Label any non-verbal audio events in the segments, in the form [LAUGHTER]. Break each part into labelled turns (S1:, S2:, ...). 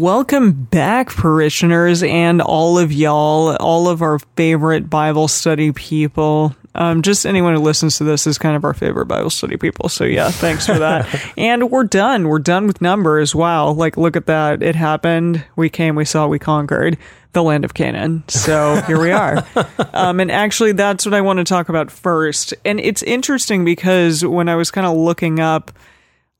S1: Welcome back, parishioners, and all of y'all, all of our favorite Bible study people. Um, just anyone who listens to this is kind of our favorite Bible study people. So, yeah, thanks for that. and we're done. We're done with numbers. Wow. Like, look at that. It happened. We came, we saw, we conquered the land of Canaan. So here we are. um, and actually, that's what I want to talk about first. And it's interesting because when I was kind of looking up,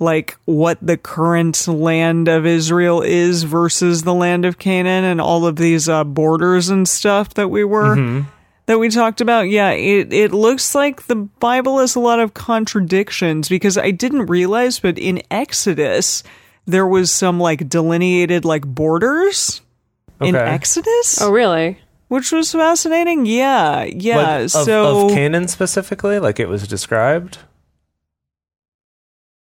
S1: like what the current land of Israel is versus the land of Canaan and all of these uh, borders and stuff that we were
S2: Mm-hmm.
S1: that we talked about. Yeah, it it looks like the Bible has a lot of contradictions because I didn't realize but in Exodus there was some like delineated like borders in
S2: Okay.
S1: Exodus,
S3: Oh, really?
S1: which was fascinating. Yeah, yeah.
S2: Like, of,
S1: so
S2: of Canaan specifically, like it was described.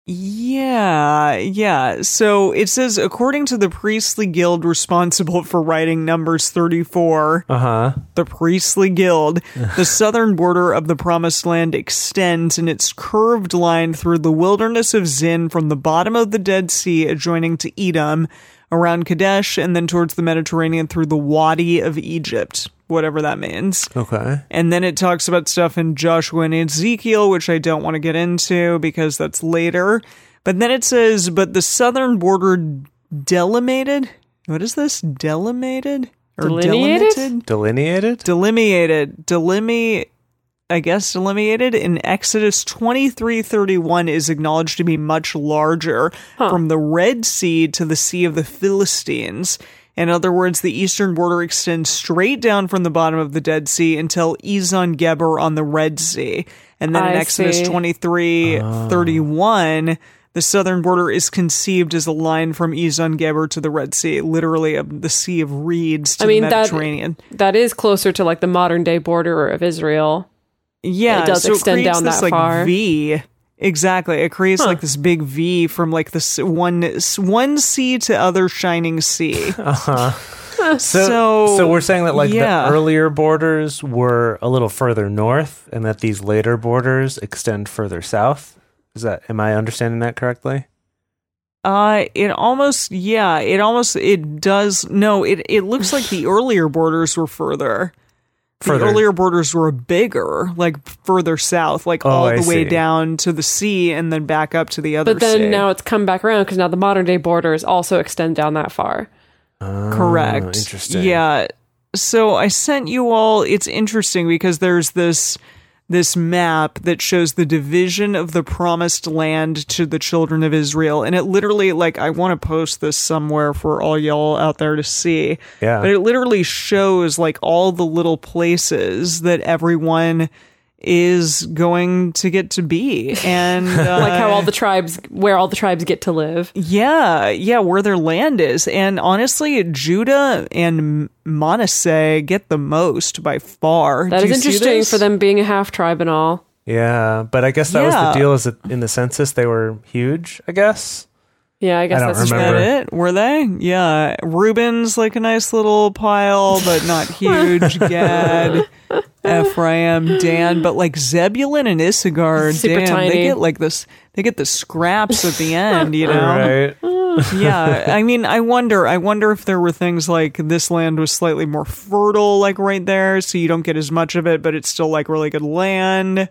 S1: Yeah, yeah. So it says according to the priestly guild responsible for writing numbers 34,
S2: Uh huh.
S1: the priestly guild, the southern border of the promised land extends in its curved line through the wilderness of Zin from the bottom of the Dead Sea adjoining to Edom, around Kadesh and then towards the Mediterranean through the Wadi of Egypt, whatever that means.
S2: Okay.
S1: And then it talks about stuff in Joshua and Ezekiel, which I don't want to get into because that's later. But then it says, but the southern border delimited. What is this? Delimited? Or delimited?
S3: Delineated?
S2: Delineated. [LAUGHS]
S1: Delimited. Delimi I guess delimited in Exodus twenty three thirty one is acknowledged to be much larger from the Red Sea to the Sea of the Philistines. In other words, the eastern border extends straight down from the bottom of the Dead Sea until Ezon Geber on the Red Sea. And then in
S3: I
S1: Exodus
S3: see.
S1: twenty three thirty one, the southern border is conceived as a line from Ezon Geber to the Red Sea, literally of the Sea of Reeds to
S3: I mean,
S1: the
S3: that-
S1: Mediterranean.
S3: That is closer to like the modern day border of Israel.
S1: Yeah,
S3: It does
S1: so
S3: extend
S1: it creates
S3: down
S1: this,
S3: that
S1: like,
S3: far.
S1: V. Exactly, it creates like this big V from like this one s- one sea to other shining
S3: [LAUGHS]
S1: sea.
S3: Uh,
S2: Uh-huh. So,
S1: So-
S2: so, we're saying that like
S1: yeah.
S2: the earlier borders were a little further north, and that these later borders extend further south. Is that? Am I understanding that correctly?
S1: Uh, it almost yeah, it almost it does no, it it looks like the earlier borders were further. The
S2: Further.
S1: earlier borders were bigger, like further south, like
S2: Oh,
S1: all
S2: I
S1: the way
S2: see.
S1: down to the sea and then back up to the other
S3: But then
S1: sea.
S3: now it's come back around because now the modern day borders also extend down that far.
S2: Oh,
S1: Correct.
S2: interesting.
S1: Yeah. So I sent you all. It's interesting because there's this this map that shows the division of the promised land to the children of Israel, and it literally like I want to post this somewhere for all y'all out there to see.
S2: Yeah.
S1: But it literally shows like all the little places that everyone is going to get to be,
S2: [LAUGHS]
S1: and uh,
S3: Like how all the tribes, where all the tribes get to live.
S1: yeah, yeah, where their land is. And honestly, Judah and Manasseh get the most by far.
S3: That
S1: Do
S3: is
S1: you see
S3: interesting
S1: this?
S3: for them being a half tribe and all.
S2: Yeah, but I guess that was
S1: Yeah.
S2: the deal. Is that in the census they were huge? I guess.
S3: Yeah, I guess
S2: don't
S3: that's
S1: Is
S2: remember.
S1: that it? Were they? Yeah. Reuben's like a nice little pile, but
S3: [LAUGHS]
S1: not huge. Gad, Ephraim, Dan, but like Zebulun and Issachar,
S3: Super
S1: damn,
S3: tiny.
S1: they get like this. They get the scraps at the end,
S2: [LAUGHS]
S1: you know.
S2: Um, Right.
S1: yeah i mean i wonder i wonder if there were things like this land was slightly more fertile like right there so you don't get as much of it but it's still like really good land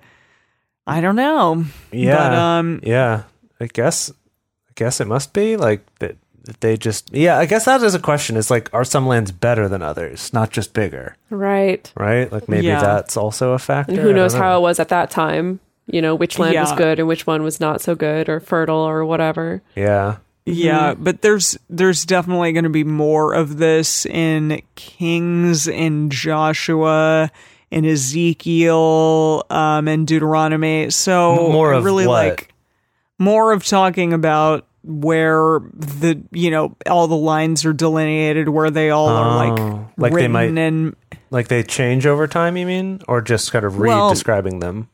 S1: i don't know
S2: Yeah.
S1: but um
S2: yeah. I guess. I guess it must be like that. that They just. Yeah. I guess that is a question. Is like, are some lands better than others? Not just bigger,
S3: it. Right.
S2: right? Like maybe
S1: Yeah.
S2: that's also a factor.
S3: And
S2: I
S3: who
S2: don't
S3: knows
S2: know.
S3: how it was at that time, you know, which land was
S1: Yeah.
S3: good and which one was not so good or fertile or whatever.
S2: Yeah.
S1: yeah
S2: Mm-hmm.
S1: but there's there's definitely going to be more of this in kings and joshua and ezekiel um and deuteronomy so
S2: More
S1: I
S2: of
S1: really
S2: what?
S1: like more of talking about where the you know all the lines are delineated where they all are
S2: Oh,
S1: like
S2: like they
S1: written
S2: might-
S1: and
S2: Like they change over time, you mean? Or just kind of
S1: Well-
S2: re-describing them?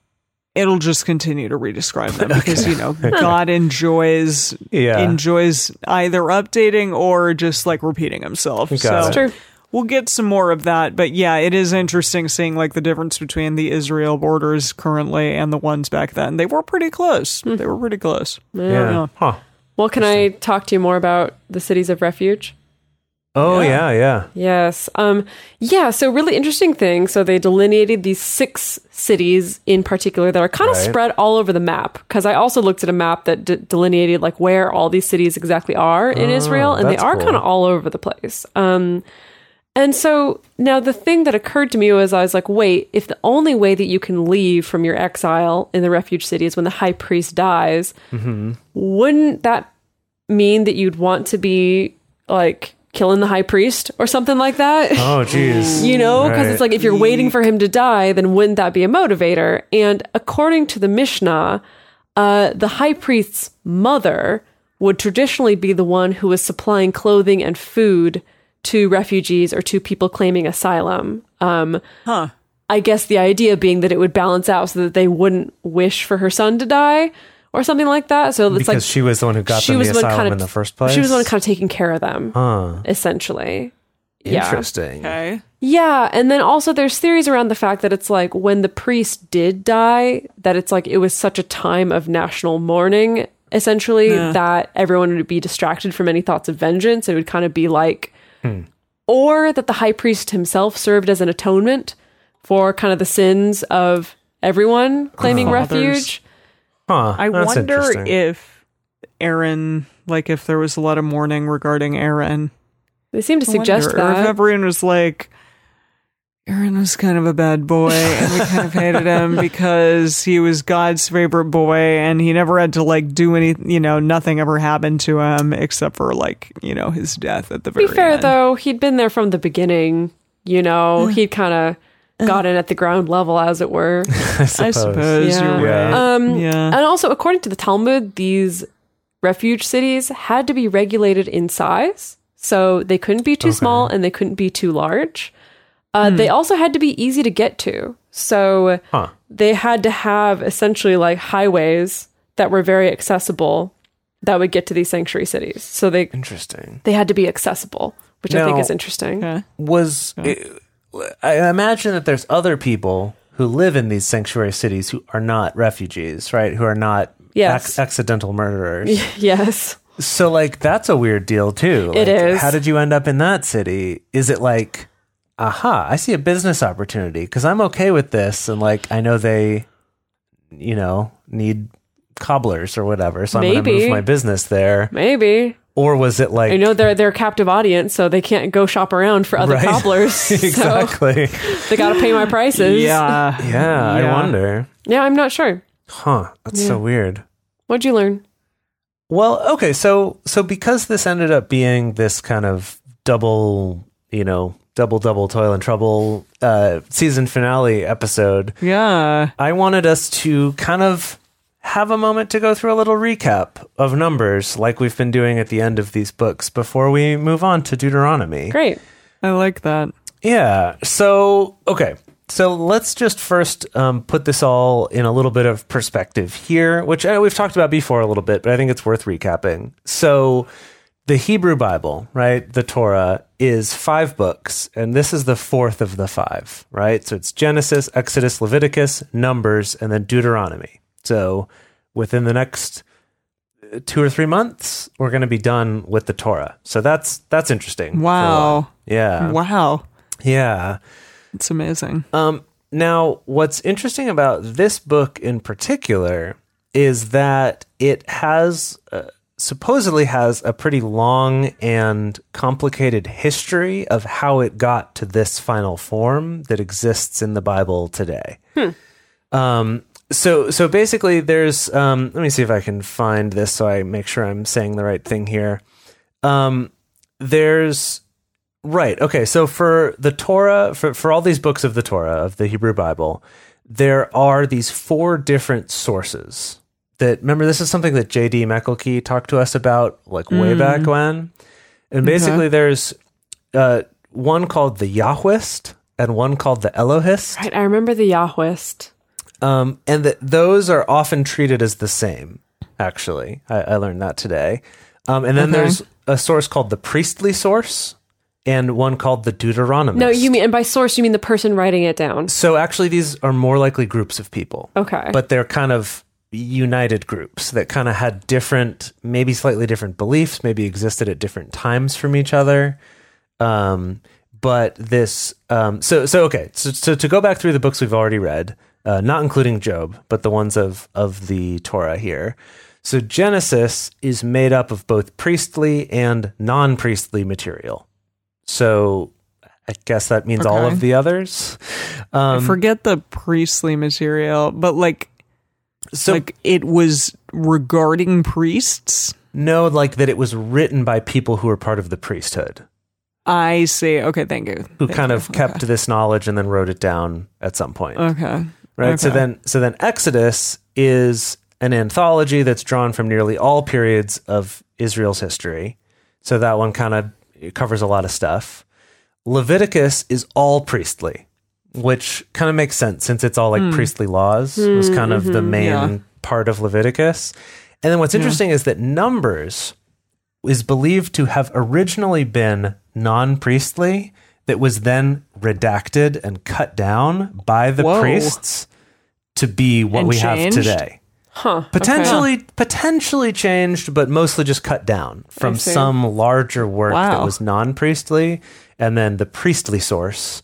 S1: it'll just continue to redescribe
S2: [LAUGHS]
S1: them because you know god enjoys
S2: Yeah.
S1: enjoys either updating or just like repeating himself so
S2: Got it.
S3: True.
S1: we'll get some more of that but yeah it is interesting seeing like the difference between the israel borders currently and the ones back then they were pretty close they were pretty close
S2: Yeah. Huh.
S3: Well, can I talk to you more about the cities of refuge?
S2: Oh yeah, yeah.
S3: Yes. Um, yeah. So really interesting thing. So they delineated these six cities in particular that are kind of
S2: Right.
S3: spread all over the map. Because I also looked at a map that d- delineated like where all these cities exactly are in Israel, and
S2: Oh,
S3: they
S2: that's
S3: are
S2: cool.
S3: kind of all over the place. Um, and so now the thing that occurred to me was I was like, wait, if the only way that you can leave from your exile in the refuge city is when the high priest dies, wouldn't that mean that you'd want to be like killing the high priest or something like that? [LAUGHS]
S2: Oh jeez.
S3: you know, because
S2: Right.
S3: it's like if you're waiting for him to die, then wouldn't that be a motivator? And according to the Mishnah, uh, the high priest's mother would traditionally be the one who was supplying clothing and food to refugees or to people claiming asylum. Um,
S1: Huh.
S3: I guess the idea being that it would balance out so that they wouldn't wish for her son to die or something like that. So it's
S2: because
S3: like
S2: she was the one who got them the
S3: one
S2: asylum
S3: kinda-
S2: in the first place.
S3: She was the one kind of taking care of them,
S2: Huh.
S3: essentially. Yeah.
S2: Interesting.
S1: Okay.
S3: Yeah, and then also there's theories around the fact that it's like when the priest did die, that it's like it was such a time of national mourning, essentially, that everyone would be distracted from any thoughts of vengeance. It would kind of be like,
S2: Hmm.
S3: or that the high priest himself served as an atonement for kind of the sins of everyone claiming
S1: Fathers.
S3: refuge.
S2: Huh.
S1: I
S2: That's
S1: wonder
S2: interesting.
S1: if Aaron, like, if there was a lot of mourning regarding Aaron.
S3: They seem to
S1: I
S3: suggest
S1: wonder If
S3: that.
S1: everyone was like, Aaron was kind of a bad boy, and we kind of hated
S3: [LAUGHS]
S1: him because he was God's favorite boy, and he never had to like do any, you know, nothing ever happened to him except for like, you know, his death at the
S3: To
S1: very
S3: be fair,
S1: end.
S3: though, he'd been there from the beginning. You know, he'd kind of got in at the ground level, as
S1: [LAUGHS]
S3: it were.
S1: I suppose
S3: Yeah.
S1: you're right.
S2: Yeah.
S3: Um,
S1: yeah.
S3: And also, according to the Talmud, these refuge cities had to be regulated in size. So they couldn't be too small and they couldn't be too large.
S1: Hmm.
S3: Uh, They also had to be easy to get to. So
S2: Huh.
S3: they had to have essentially like highways that were very accessible that would get to these sanctuary cities. So they,
S2: Interesting.
S3: they had to be accessible, which I think
S2: Now-
S3: is interesting.
S1: Okay.
S2: Was it, I imagine that there's other people who live in these sanctuary cities who are not refugees, right? Who are not
S3: Yes.
S2: ac- accidental murderers.
S3: yes.
S2: so like that's a weird deal too.
S3: It
S2: Like,
S3: is.
S2: How did you end up in that city? Is it like aha, I see a business opportunity cuz I'm okay with this and like I know they you know, need cobblers or whatever. So I'm going to
S3: Maybe.
S2: move my business there.
S3: Maybe.
S2: Or was it like
S3: I know they're, they're a captive audience, so they can't go shop around for other
S2: Right.
S3: cobblers. [LAUGHS]
S2: [LAUGHS]
S3: So
S2: exactly.
S3: [LAUGHS] they got to pay my prices.
S1: Yeah.
S2: yeah,
S1: Yeah.
S2: I wonder.
S3: Yeah, I'm not sure.
S2: Huh, that's so weird.
S3: What'd you learn?
S2: Well, okay, so so because this ended up being this kind of double, you know, double double toil and trouble uh season finale episode,
S1: Yeah.
S2: I wanted us to kind of have a moment to go through a little recap of numbers like we've been doing at the end of these books before we move on to Deuteronomy.
S3: Great.
S1: I like that.
S2: Yeah. So, okay. So let's just first um, put this all in a little bit of perspective here, which uh, we've talked about before a little bit, but I think it's worth recapping. So, the Hebrew Bible, right, the Torah, is five books, and this is the fourth of the five, right? So it's Genesis, Exodus, Leviticus, Numbers, and then Deuteronomy. So within the next uh, two or three months, we're going to be done with the Torah. So that's that's interesting. for a while.
S1: Wow.
S2: Yeah.
S1: Wow.
S2: Yeah.
S1: It's amazing.
S2: Um, now, what's interesting about this book in particular is that it has uh, supposedly has a pretty long and complicated history of how it got to this final form that exists in the Bible today. Um, so, so basically, there's. Um, let me see if I can find this, so I make sure I'm saying the right thing here. Um, there's Right. Okay. So for the Torah, for, for all these books of the Torah, of the Hebrew Bible, there are these four different sources that, remember, this is something that J.D. McElkey talked to us about like way back when. And basically, there's uh, one called the Yahwist and one called the Elohist.
S3: Right, I remember the Yahwist.
S2: Um, and that those are often treated as the same, actually. I, I learned that today. Um, and then there's a source called the priestly source and one called the Deuteronomist.
S3: No, you mean and by source you mean the person writing it down.
S2: So actually, these are more likely groups of people.
S3: Okay.
S2: But they're kind of united groups that kind of had different, maybe slightly different beliefs, maybe existed at different times from each other. Um, but this, um, so so okay, so, so to go back through the books we've already read, uh, not including Job, but the ones of of the Torah here. So Genesis is made up of both priestly and non priestly material. So I guess that means all
S1: Okay.
S2: of the others. Um,
S1: Forget the priestly material, but like
S2: so
S1: like it was regarding priests.
S2: no, like that it was written by people who were part of the priesthood.
S1: I see. Okay, thank you.
S2: who
S1: Thank
S2: kind
S1: you.
S2: of kept this knowledge and then wrote it down at some point
S1: Okay.
S2: right so
S1: okay.
S2: then so then exodus is an anthology that's drawn from nearly all periods of israel's history so that one kind of covers a lot of stuff leviticus is all priestly which kind of makes sense since it's all like priestly laws was kind of the main
S1: Hmm. yeah.
S2: part of leviticus and then what's interesting is that numbers is believed to have originally been non priestly, that was then redacted and cut down by the
S1: Whoa.
S2: priests to be what
S1: And
S2: we
S1: changed?
S2: have today.
S3: Huh.
S2: Potentially, potentially changed, but mostly just cut down from
S3: see.
S2: some larger work that
S1: Wow.
S2: was non priestly, and then the priestly source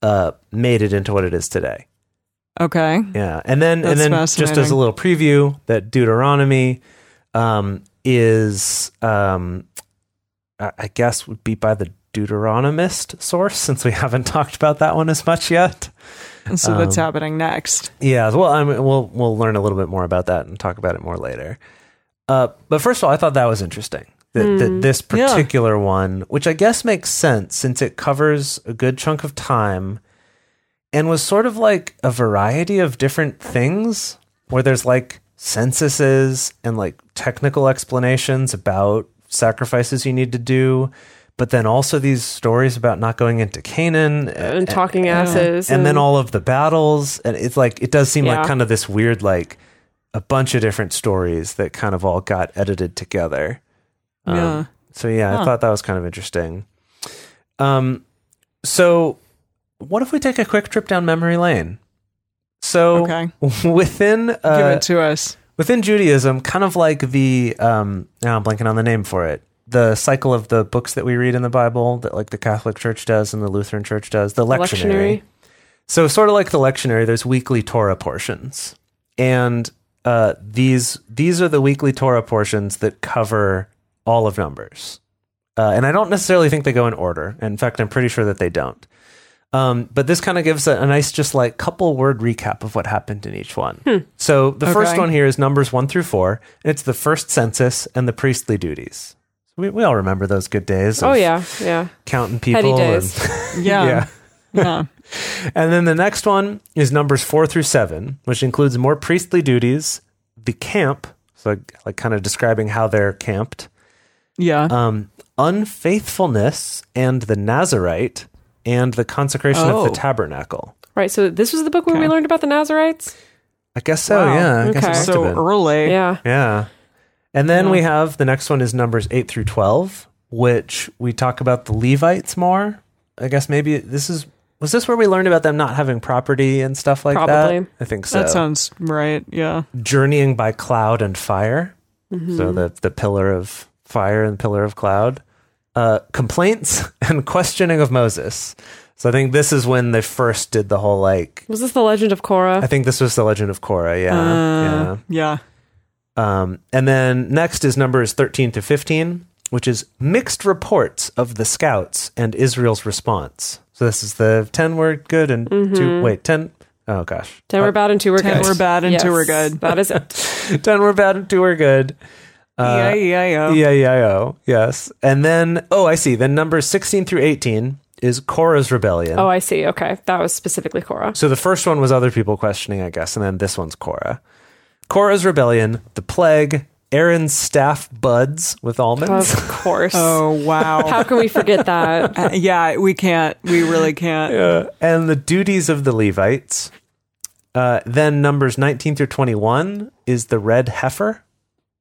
S2: uh, made it into what it is today.
S1: Okay.
S2: Yeah, and then
S1: That's
S2: and then just as a
S1: fascinating.
S2: little preview, that Deuteronomy um, is, um, I I guess, would be by the Deuteronomist source, [LAUGHS] since we haven't talked about that one as much yet.
S1: And so that's
S2: Um,
S1: happening next.
S2: Yeah, well, I mean, we'll we'll learn a little bit more about that and talk about it more later. Uh, but first of all, I thought that was interesting. That, that this
S1: Yeah.
S2: particular one, which I guess makes sense since it covers a good chunk of time, and was sort of like a variety of different things, where there's like censuses and like technical explanations about sacrifices you need to do, but then also these stories about not going into Canaan
S3: And talking asses.
S2: and then all of the battles and it's like it does seem like
S3: Yeah.
S2: kind of this weird like a bunch of different stories that kind of all got edited together um,
S1: Yeah.
S2: so yeah i thought that was kind of interesting um so what if we take a quick trip down memory lane so
S1: Okay.
S2: [LAUGHS] within
S1: Give
S2: uh,
S1: it to us.
S2: within Judaism, kind of like the um, now I'm blanking on the name for it. The cycle of the books that we read in the Bible that like the Catholic Church does and the Lutheran Church does, the lectionary.
S3: Lectionary.
S2: So sort of like the lectionary, there's weekly Torah portions, and uh, these these are the weekly Torah portions that cover all of Numbers. Uh, and I don't necessarily think they go in order. In fact, I'm pretty sure that they don't. Um, but this kind of gives a, a nice, just like couple word recap of what happened in each one.
S3: Hmm.
S2: So the first
S1: Okay.
S2: one here is Numbers one through four, and it's the first census and the priestly duties. We, we all remember those good days. Of
S3: Oh yeah, yeah.
S2: counting people.
S3: days. Um,
S2: and-
S1: Yeah.
S2: [LAUGHS] yeah.
S1: Yeah.
S2: And then the next one is numbers four through seven, which includes more priestly duties, the camp, so like, like kind of describing how they're camped,
S1: Yeah.
S2: um, unfaithfulness, and the Nazarite, and the consecration of
S1: Oh.
S2: the tabernacle.
S3: Right. So this was the book where
S1: Okay.
S3: we learned about the Nazarites.
S2: I guess so.
S1: Wow.
S2: Yeah. I guess it must
S3: Okay.
S2: have
S1: so
S2: been.
S1: early.
S3: Yeah.
S2: Yeah. And then we have the next one is numbers 8 through 12, which we talk about the Levites more. I guess maybe this is was this where we learned about them not having property and stuff like that?
S3: Probably.
S2: I think so.
S1: That sounds right. Yeah.
S2: Journeying by cloud and fire. So the the pillar of fire and pillar of cloud. Uh, complaints [LAUGHS] and questioning of Moses. So I think this is when they first did the whole like
S3: Was this the Legend of
S2: I
S3: Korra?
S2: think this was the legend of Korah, yeah. yeah.
S1: Uh, yeah.
S2: Um, and then next is numbers 13 to 15, which is mixed reports of the scouts and Israel's response. So this is the 10 were good and two, wait, 10. Oh gosh. [LAUGHS]
S3: Ten were bad and two were
S1: Ten
S3: good.
S1: were bad and two were
S3: Yes,
S1: good.
S3: That is it.
S2: 10 were bad and two were good.
S1: yeah. Yeah. Yeah.
S2: Uh, Yeah, yeah, oh, yes. And then, oh, I see. Then numbers 16 through 18 is Korah's rebellion.
S3: Oh, I see. Okay, that was specifically Korra.
S2: So the first one was other people questioning, I guess, and then this one's Korah. Korah's rebellion, the plague, Aaron's staff buds with almonds.
S3: Of course.
S1: Oh
S3: How [LAUGHS]
S1: wow.
S3: can we forget that?
S1: Uh, yeah. We can't. We really can't.
S2: [LAUGHS] and the duties of the Levites. Uh, then numbers 19 through 21 is the red heifer.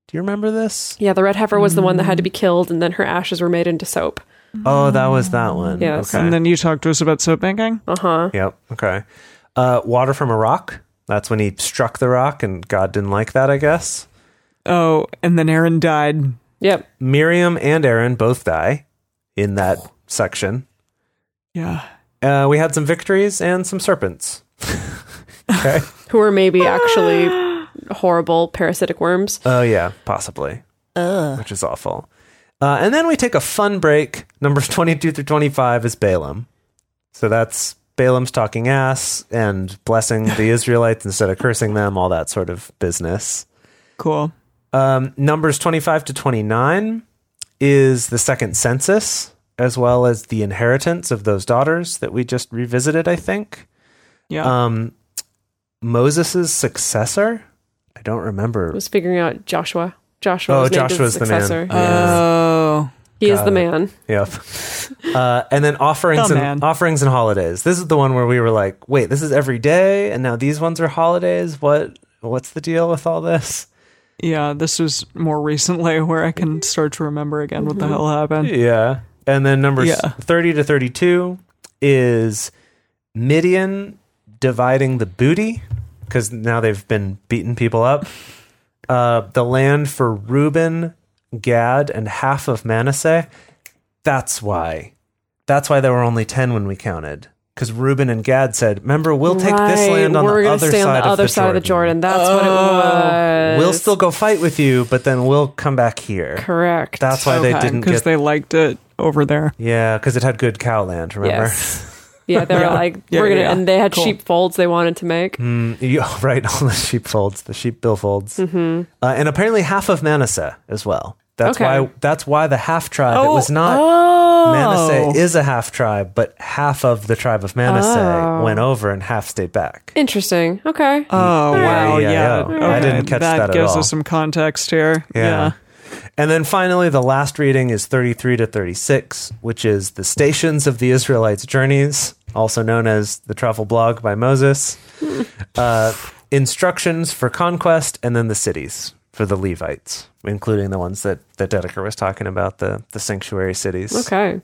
S2: Do you remember this?
S3: Yeah, the red heifer was the one that had to be killed, and then her ashes were made into soap.
S2: Oh, that was that one.
S3: Mm. Yes.
S2: Okay.
S1: And then you talked to us about soap making.
S3: Uh huh.
S2: yep. Okay. Uh, water from a rock. That's when he struck the rock, and God didn't like that, I guess.
S1: Oh, and then Aaron died.
S3: Yep.
S2: Miriam and Aaron both die in that section.
S1: Yeah.
S2: Uh, we had some victories and some serpents. [LAUGHS] okay.
S3: who are maybe actually horrible parasitic worms.
S2: Oh yeah, possibly. Which is awful. Uh, and then we take a fun break. Numbers [LAUGHS] twenty-two through twenty-five is Balaam. So that's Balaam's talking ass and blessing the Israelites instead of cursing them, all that sort of business.
S1: Cool.
S2: Um, numbers 25 to 29 is the second census, as well as the inheritance of those daughters that we just revisited, I think.
S1: Yeah.
S2: Um, Moses' successor? I don't remember.
S3: Was figuring out Joshua. Joshua.
S2: Oh,
S3: was named as
S2: Joshua's the man.
S3: successor.
S1: oh.
S3: he is
S2: got
S3: the
S2: it.
S3: man.
S2: Yep. Uh, and then offerings
S1: The
S2: and
S1: man.
S2: offerings and holidays. This is the one where we were like, wait, this is every day, and now these ones are holidays. What? What's the deal with all this?
S1: Yeah, this was more recently [LAUGHS] where I can start to remember again what the hell happened.
S2: Yeah. And then numbers
S1: Yeah.
S2: 30 to 32 is Midian dividing the booty because now they've been beating people up. [LAUGHS] Uh, the land for Reuben, Gad, and half of Manasseh. That's why. That's why there were only 10 when we counted. Because Reuben and Gad said, Remember, we'll take this
S3: Right,
S2: land on
S3: we're
S2: the
S3: gonna
S2: other
S3: stay on
S2: side,
S3: the
S2: of,
S3: other
S2: the
S3: side
S2: Jordan. Oh.
S3: of the Jordan. That's what it was.
S2: We'll still go fight with you, but then we'll come back here.
S3: correct.
S2: That's why they
S1: Okay,
S2: didn't get
S1: they liked it over there.
S2: Yeah, because it had good cowland. Remember?
S3: Yes. Yeah, they were
S1: Yeah.
S3: like,
S1: Yeah,
S3: we're gonna,
S1: yeah,
S3: and they had
S1: cool.
S3: sheepfolds they wanted to make.
S2: Mm, [LAUGHS] you- [LAUGHS] right, all the sheep folds, the sheep bill folds, mm-hmm. uh, and apparently half of Manasseh as well. That's
S3: Okay.
S2: why. That's why the half tribe. it
S1: Oh,
S2: was not
S1: oh.
S2: Manasseh is a half tribe, but half of the tribe of Manasseh
S3: Oh.
S2: went over and half stayed back.
S3: Interesting. Okay.
S2: Uh,
S1: Oh wow!
S2: yeah,
S1: Yeah,
S2: yeah. I
S1: Okay,
S2: didn't catch that at
S1: gives
S2: all.
S1: us some context here. Yeah.
S2: And then finally, the last reading is 33 to 36, which is the stations of the Israelites' journeys, also known as the travel blog by Moses, uh, instructions for conquest, and then the cities for the Levites, including the ones that, that Dedeker was talking about, the, the sanctuary cities.
S3: Okay.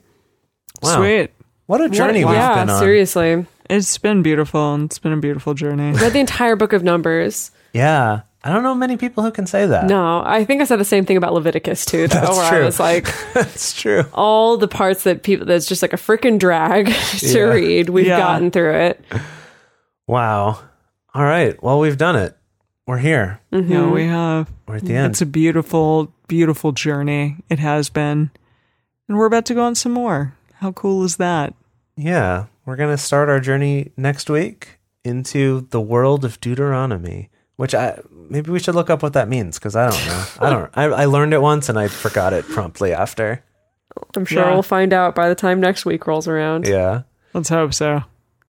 S2: Wow.
S1: Sweet.
S2: What a journey
S1: What-
S2: we've
S3: yeah,
S2: been on.
S3: seriously.
S2: [LAUGHS]
S1: It's been beautiful, and it's been a beautiful journey.
S3: Read the entire book of Numbers.
S2: Yeah. I don't know many people who can say that.
S3: No, I think I said the same thing about Leviticus too, though,
S2: That's
S3: where
S2: true.
S3: I was like,
S2: [LAUGHS] That's true.
S3: all the parts that people, that's just like a freaking drag [LAUGHS] to
S2: Yeah.
S3: read. We've
S1: Yeah.
S3: gotten through it.
S2: Wow. All right. Well, we've done it. We're here.
S1: Yeah, we have.
S2: We're at the end.
S1: It's a beautiful, beautiful journey. It has been, and we're about to go on some more. How cool is that?
S2: Yeah, we're going to start our journey next week into the world of Deuteronomy, which I maybe we should look up what that means because I don't know. I don't. I, I learned it once and I forgot it promptly after.
S3: I'm sure
S1: Yeah.
S3: we'll find out by the time next week rolls around.
S2: Yeah.
S1: Let's hope so.